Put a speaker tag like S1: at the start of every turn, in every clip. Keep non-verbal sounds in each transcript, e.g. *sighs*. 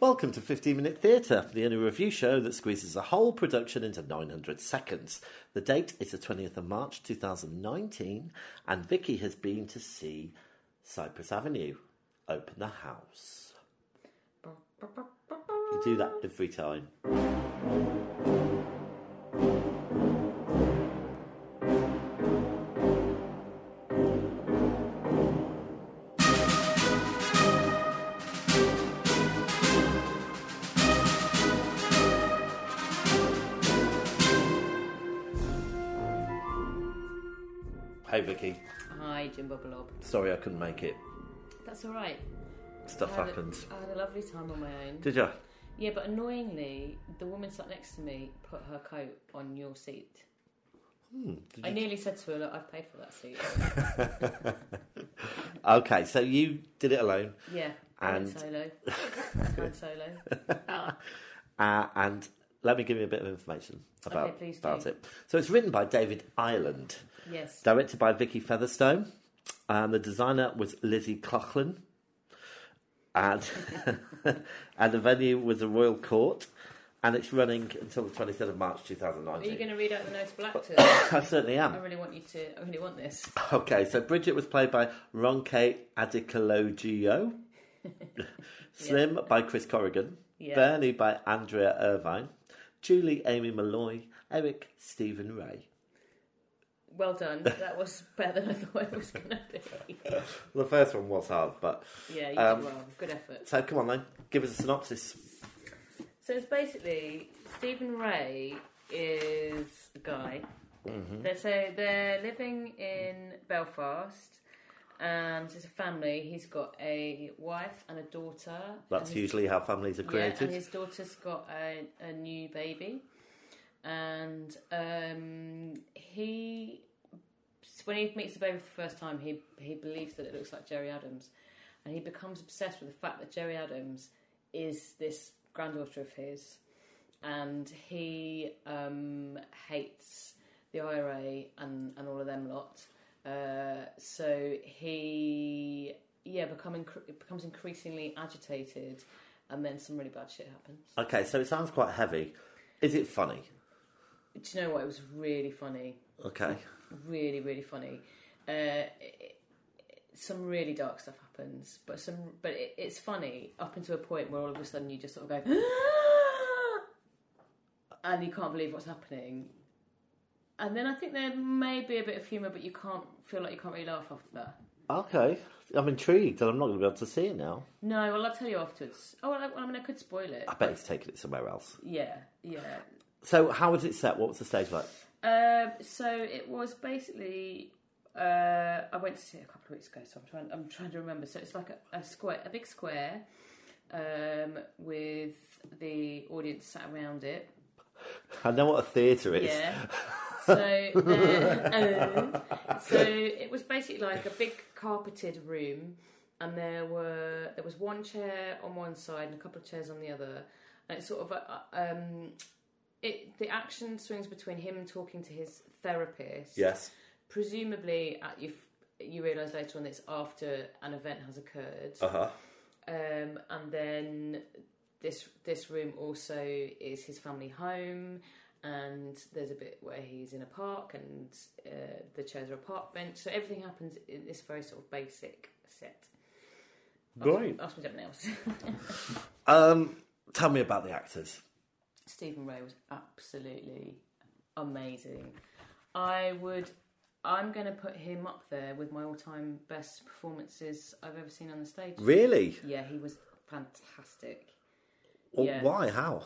S1: Welcome to 15 Minute Theatre, the only review show that squeezes a whole production into 900 seconds. The date is the 20th of March 2019, and Vicky has been to see Cypress Avenue open the house. You do that every time. Hey Vicky,
S2: Hi, Jimbo Blob.
S1: sorry I couldn't make it.
S2: That's all right.
S1: Stuff
S2: I had a-
S1: happens.
S2: I had a lovely time on my own.
S1: Did you?
S2: Yeah, but annoyingly, the woman sat next to me put her coat on your seat.
S1: Hmm,
S2: I nearly said to her, "Look, I've paid for that
S1: *laughs*
S2: seat."
S1: Okay, so you did it alone.
S2: yeah, I went
S1: And- *laughs*
S2: solo. I went solo.
S1: Uh, and let me give you a bit of information about,
S2: Okay, please do.
S1: about it. So it's written by David Ireland,
S2: Yes.
S1: directed by Vicky Featherstone, and the designer was Lizzie Coughlin, and *laughs* and the venue was the Royal Court, and it's running until the twenty third of March two thousand
S2: Are you
S1: nineteen.
S2: going to read out the
S1: *coughs*
S2: notable actors?
S1: I certainly am.
S2: I really want you to. I really want this.
S1: Okay, so Bridget was played by Ronke Adicologio,
S2: *laughs*
S1: Slim by Chris Corrigan,
S2: Yeah.
S1: Bernie by Andrea Irvine, Julie Amy Malloy, Eric Stephen Ray. *laughs*
S2: Well done. That was better than I thought it was going to be.
S1: The first one was hard, but
S2: Yeah, you
S1: Um,
S2: did well. Good effort.
S1: so come on then, give us a synopsis.
S2: So it's basically Stephen Ray is a guy.
S1: Mm-hmm.
S2: They're, so they're living in Belfast, and it's a family. He's got a wife and a daughter.
S1: That's
S2: and his-
S1: usually how families are
S2: Yeah,
S1: created.
S2: and his daughter's got a, a new baby, and um, he when he meets the baby for the first time, he he believes that it looks like Jerry Adams, and he becomes obsessed with the fact that Jerry Adams is this granddaughter of his, and he um, hates the IRA and, and all of them lot. Uh, so he yeah become incre- becomes increasingly agitated, and then some really bad shit happens.
S1: Okay, so it sounds quite heavy. Is it funny?
S2: Do you know what? It was really funny.
S1: Okay,
S2: really really funny uh, it- some really dark stuff happens but some but it, it's funny up until a point where all of a sudden you just sort of go *gasps* and you can't believe what's happening and then I think there may be a bit of humour, but you can't feel like you can't really laugh after that.
S1: okay. I'm intrigued, and I'm not going to be able to see it now.
S2: No, well, I'll tell you afterwards. Oh, well, I, well, I mean, I could spoil it.
S1: I bet he's taken it somewhere else.
S2: Yeah, yeah.
S1: So, how was it set? What was the stage like?
S2: Um, so it was basically uh, I went to see it a couple of weeks ago, so I'm trying I'm trying to remember. So it's like a, a square, a big square, um, with the audience sat around it.
S1: I know what a theatre is.
S2: Yeah. So there, uh, so it was basically like a big carpeted room, and there were there was one chair on one side and a couple of chairs on the other, and it's sort of a, a- um, it the action swings between him talking to his therapist
S1: Yes.
S2: presumably at you you realise later on it's after an event has occurred
S1: Uh huh.
S2: um, and then this this room also is his family home and there's a bit where he's in a park and uh, the chairs are a park bench so everything happens in this very sort of basic set
S1: Great.
S2: ask me something else
S1: Um, tell me about the actors.
S2: *laughs* Stephen Ray was absolutely amazing. I would, I'm going to put him up there with my all-time best performances I've ever seen on the stage.
S1: Really?
S2: Yeah, he was fantastic.
S1: Well,
S2: Yeah.
S1: Why? How?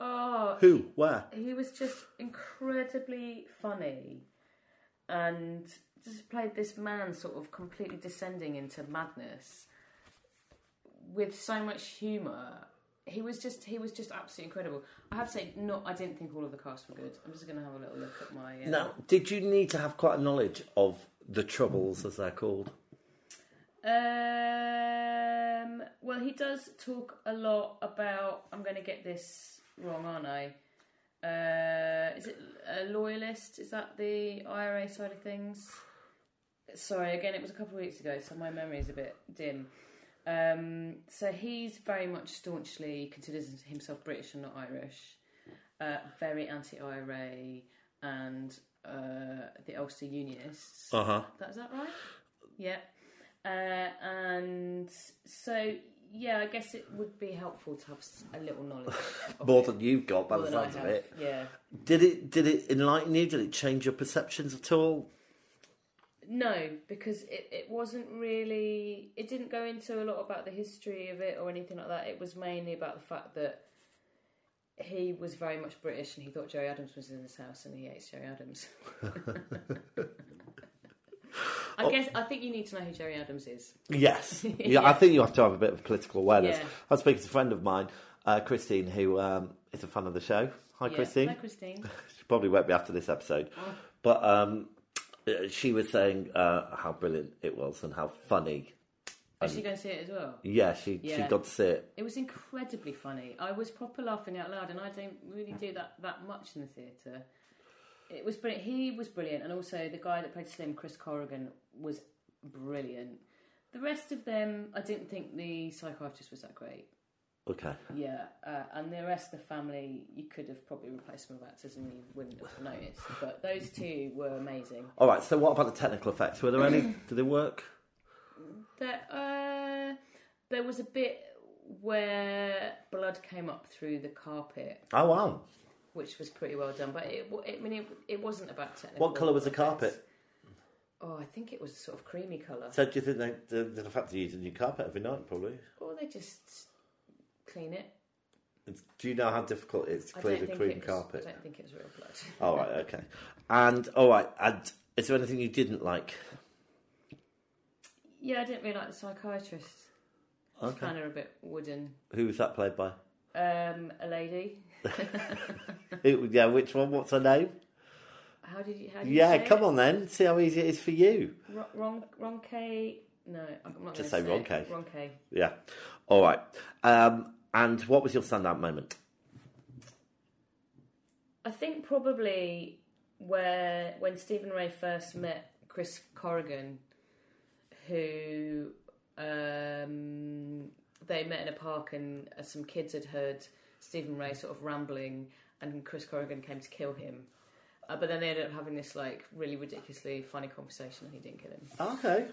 S2: Oh,
S1: Who? Where?
S2: he was just incredibly funny, and just played this man sort of completely descending into madness with so much humour. He was just he was just absolutely incredible. I have to say, not I didn't think all of the cast were good. I'm just going to have a little look at my. Uh,
S1: Now, did you need to have quite a knowledge of the Troubles, as they're called?
S2: Um. Well, he does talk a lot about. I'm going to get this wrong, aren't I? Uh, is it a loyalist? Is that the IRA side of things? Sorry, again, it was a couple of weeks ago, so my memory is a bit dim. Um, so he's very much staunchly considers himself British and not Irish, uh, very anti-IRA and uh, the Ulster Unionists.
S1: Uh huh.
S2: That is that right? Yeah. Uh, and so yeah, I guess it would be helpful to have s- a little knowledge. of
S1: More
S2: it,
S1: than you've got *laughs* by
S2: more
S1: the
S2: than I
S1: sounds of
S2: have.
S1: it.
S2: Yeah.
S1: Did it did it enlighten you? Did it change your perceptions at all?
S2: No, because it, it wasn't really. It didn't go into a lot about the history of it or anything like that. It was mainly about the fact that he was very much British and he thought Jerry Adams was in his house and he hates Jerry Adams. *laughs* I
S1: Oh.
S2: guess I think you need to know who Jerry Adams is.
S1: *laughs* Yes. yeah, I think you have to have a bit of political awareness.
S2: Yeah.
S1: I was speaking to a friend of mine, uh, Christine, who um, is a fan of the show. Hi,
S2: Yeah.
S1: Christine. *laughs*
S2: Hi, Christine.
S1: She probably won't be after this episode. But um, uh, she was saying uh, how brilliant it was and how funny.
S2: Is
S1: Um,
S2: she going to see it as well?
S1: Yeah, she, she
S2: Yeah.
S1: got to see it.
S2: It was incredibly funny. I was proper laughing out loud, and I don't really do that that much in the theatre. It was brilliant. He was brilliant, and also the guy that played Slim, Chris Corrigan, was brilliant. The rest of them, I didn't think the psychiatrist was that great.
S1: Okay.
S2: Yeah, uh, and the rest of the family, you could have probably replaced them with actors, and you wouldn't have noticed. But those two were amazing.
S1: All right, so what about the technical effects? Were there any?
S2: *clears throat*
S1: Did they work?
S2: There, uh, there was a bit where blood came up through the carpet.
S1: Oh, wow.
S2: which was pretty well done. But it, wa- I mean, it, it wasn't about technical.
S1: What colour was the
S2: effects.
S1: carpet?
S2: Oh, I think it was sort of creamy colour.
S1: So do you think they, the, the fact they use a new carpet every night, probably?
S2: or they just clean it.
S1: It's- do you know how difficult it is to
S2: I
S1: clean
S2: don't
S1: a
S2: think
S1: cream
S2: it was,
S1: carpet?
S2: I don't think it was real blood.
S1: All Oh, right, okay. And all right, and is there anything you didn't like?
S2: Yeah, I didn't really like the psychiatrist. I
S1: Okay.
S2: found her a bit wooden.
S1: Who was that played by?
S2: Um, a lady.
S1: Who, yeah, which one? What's her name?
S2: How did you? How did
S1: Yeah,
S2: you say
S1: come
S2: it?
S1: on then. See how easy it is for you.
S2: Ron, Ron, Ronke. No, I'm not
S1: Just
S2: gonna
S1: say
S2: say it.
S1: Ronke.
S2: Ronke.
S1: Yeah. All right. Um, and what was your standout moment?
S2: I think probably where when Stephen Ray first met Chris Corrigan, who um, they met in a park, and uh, some kids had heard Stephen Ray sort of rambling, and Chris Corrigan came to kill him. Uh, but then they ended up having this like really ridiculously funny conversation, and he didn't kill him.
S1: Okay.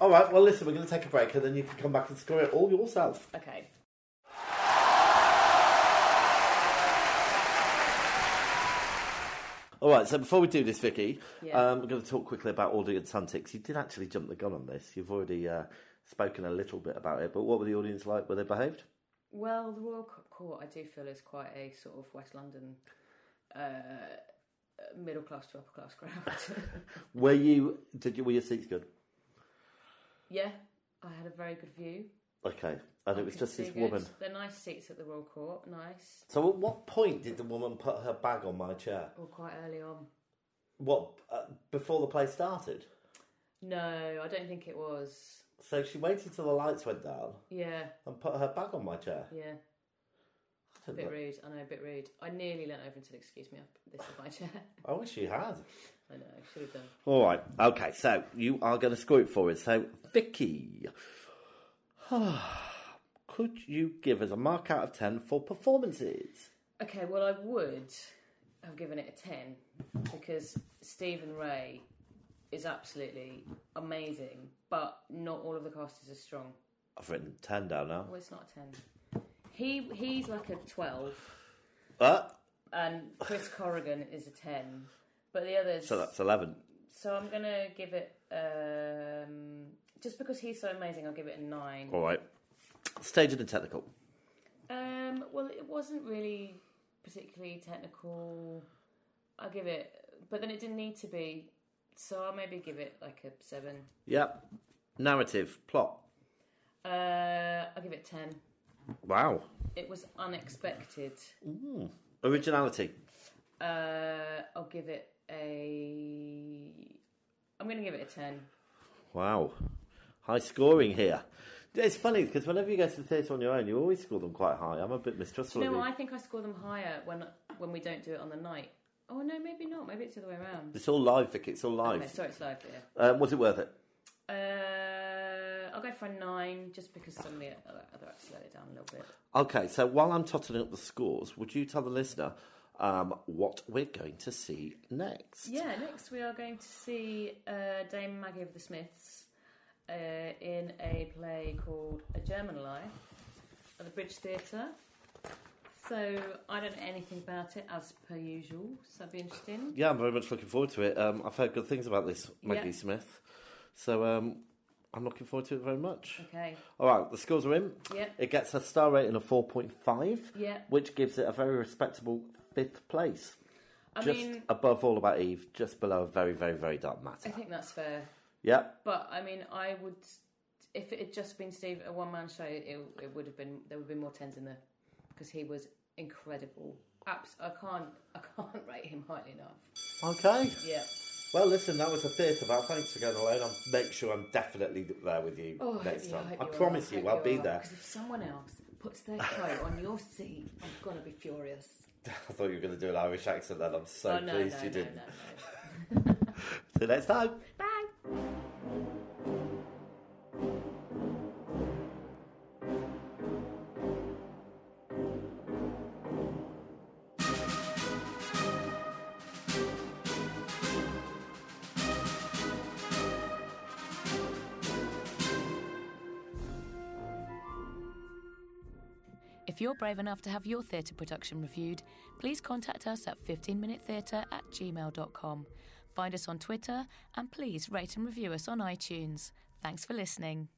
S1: All right. Well, listen, we're going to take a break, and then you can come back and score it all yourself.
S2: Okay.
S1: All right. So before we do this, Vicky,
S2: Yeah.
S1: um, we're going to talk quickly about audience antics. You did actually jump the gun on this. You've already uh, spoken a little bit about it, but what were the audience like? Were they behaved?
S2: Well, the Royal Co- Court, I do feel, is quite a sort of West London uh, middle class to upper class crowd. *laughs*
S1: Were you? Did you? Were your seats good?
S2: Yeah, I had a very good view.
S1: Okay. And it was just this woman.
S2: They're nice seats at the Royal Court, nice.
S1: So at what point did the woman put her bag on my chair?
S2: Or quite early on.
S1: What uh, before the play started?
S2: No, I don't think it was.
S1: So she waited till the lights went down
S2: Yeah,
S1: and put her bag on my chair. *laughs*
S2: yeah.
S1: I,
S2: A
S1: didn't
S2: bit
S1: know-
S2: rude. I know, a bit rude. I nearly leant over and said, "Excuse me, I've- this is my chair." *laughs*
S1: I wish she had.
S2: I know, should have done.
S1: All right. Okay. So you are going to score it for us. So Vicky, *sighs* could you give us a mark out of ten for performances?
S2: Okay, well, I would have given it a ten because Stephen Ray is absolutely amazing, but not all of the cast is as strong.
S1: I've written ten down now.
S2: Well, it's not a ten. He he's like a twelve.
S1: Uh,
S2: and Chris Corrigan is a ten, but the others.
S1: so that's eleven.
S2: so I'm gonna give it um, just because he's so amazing. I'll give it a nine.
S1: All right. Staging and technical.
S2: Um, well, it wasn't really particularly technical. I'll give it, but then it didn't need to be. So I'll maybe give it like a seven.
S1: Yep. Narrative plot.
S2: Uh, I'll give it ten.
S1: Wow.
S2: It was unexpected.
S1: Originality.
S2: Uh, I'll give it a. I'm gonna give it a ten.
S1: Wow. High scoring here. It's funny because whenever you go to the theatre on your own, you always score them quite high. I'm a bit
S2: Do
S1: mistrustful
S2: you know
S1: of
S2: what?
S1: you.
S2: I think I score them higher when when we don't do it on the night. Oh no, maybe not. Maybe it's the other way around.
S1: It's all live, Um, Vic. It's all live.
S2: Okay, sorry, it's live. Yeah.
S1: Um, was it worth it?
S2: Uh, I'll go for a nine, just because some of the other other acts let it down a little bit.
S1: Okay, so while I'm totting up the scores, would you tell the listener um, what we're going to see next?
S2: Yeah, next we are going to see uh, Dame Maggie of the Smiths uh, in a play called A German Life at the Bridge Theatre. So I don't know anything about it as per usual, so that'd be interesting.
S1: Yeah, I'm very much looking forward to it. Um, I've heard good things about this Maggie
S2: Yeah.
S1: Smith, so um, I'm looking forward to it very much.
S2: Okay,
S1: All right, the scores are in.
S2: yeah,
S1: It gets a star rating of 4.5,
S2: yeah.
S1: which gives it a very respectable fifth place.
S2: I
S1: just
S2: mean,
S1: above All About Eve, just below a very, very, very dark
S2: I
S1: matter.
S2: think that's fair.
S1: Yep.
S2: But I mean, I would if it had just been Steve a one man show, it, it would have been there would have been more tens in there because he was incredible. Abs- I can't *laughs* I can't rate him highly enough.
S1: Okay.
S2: Yeah.
S1: Well, listen, that was a theatre bar. Thanks for going alone. I'll make sure I'm definitely there with you
S2: Oh, I
S1: next
S2: hope you are,
S1: time.
S2: hope
S1: I
S2: you are,
S1: promise you,
S2: hope
S1: I'll be
S2: are,
S1: there.
S2: 'cause if someone else puts their coat on your seat, I'm gonna be furious.
S1: *laughs* I thought you were going to do an Irish accent then. I'm so
S2: oh no,
S1: pleased
S2: no,
S1: you
S2: no,
S1: didn't.
S2: no,
S1: Till next time.
S2: no. Bye.
S3: If you're brave enough to have your theatre production reviewed, please contact us at 15minutetheatre at gmail.com. Find us on Twitter and please rate and review us on iTunes. Thanks for listening.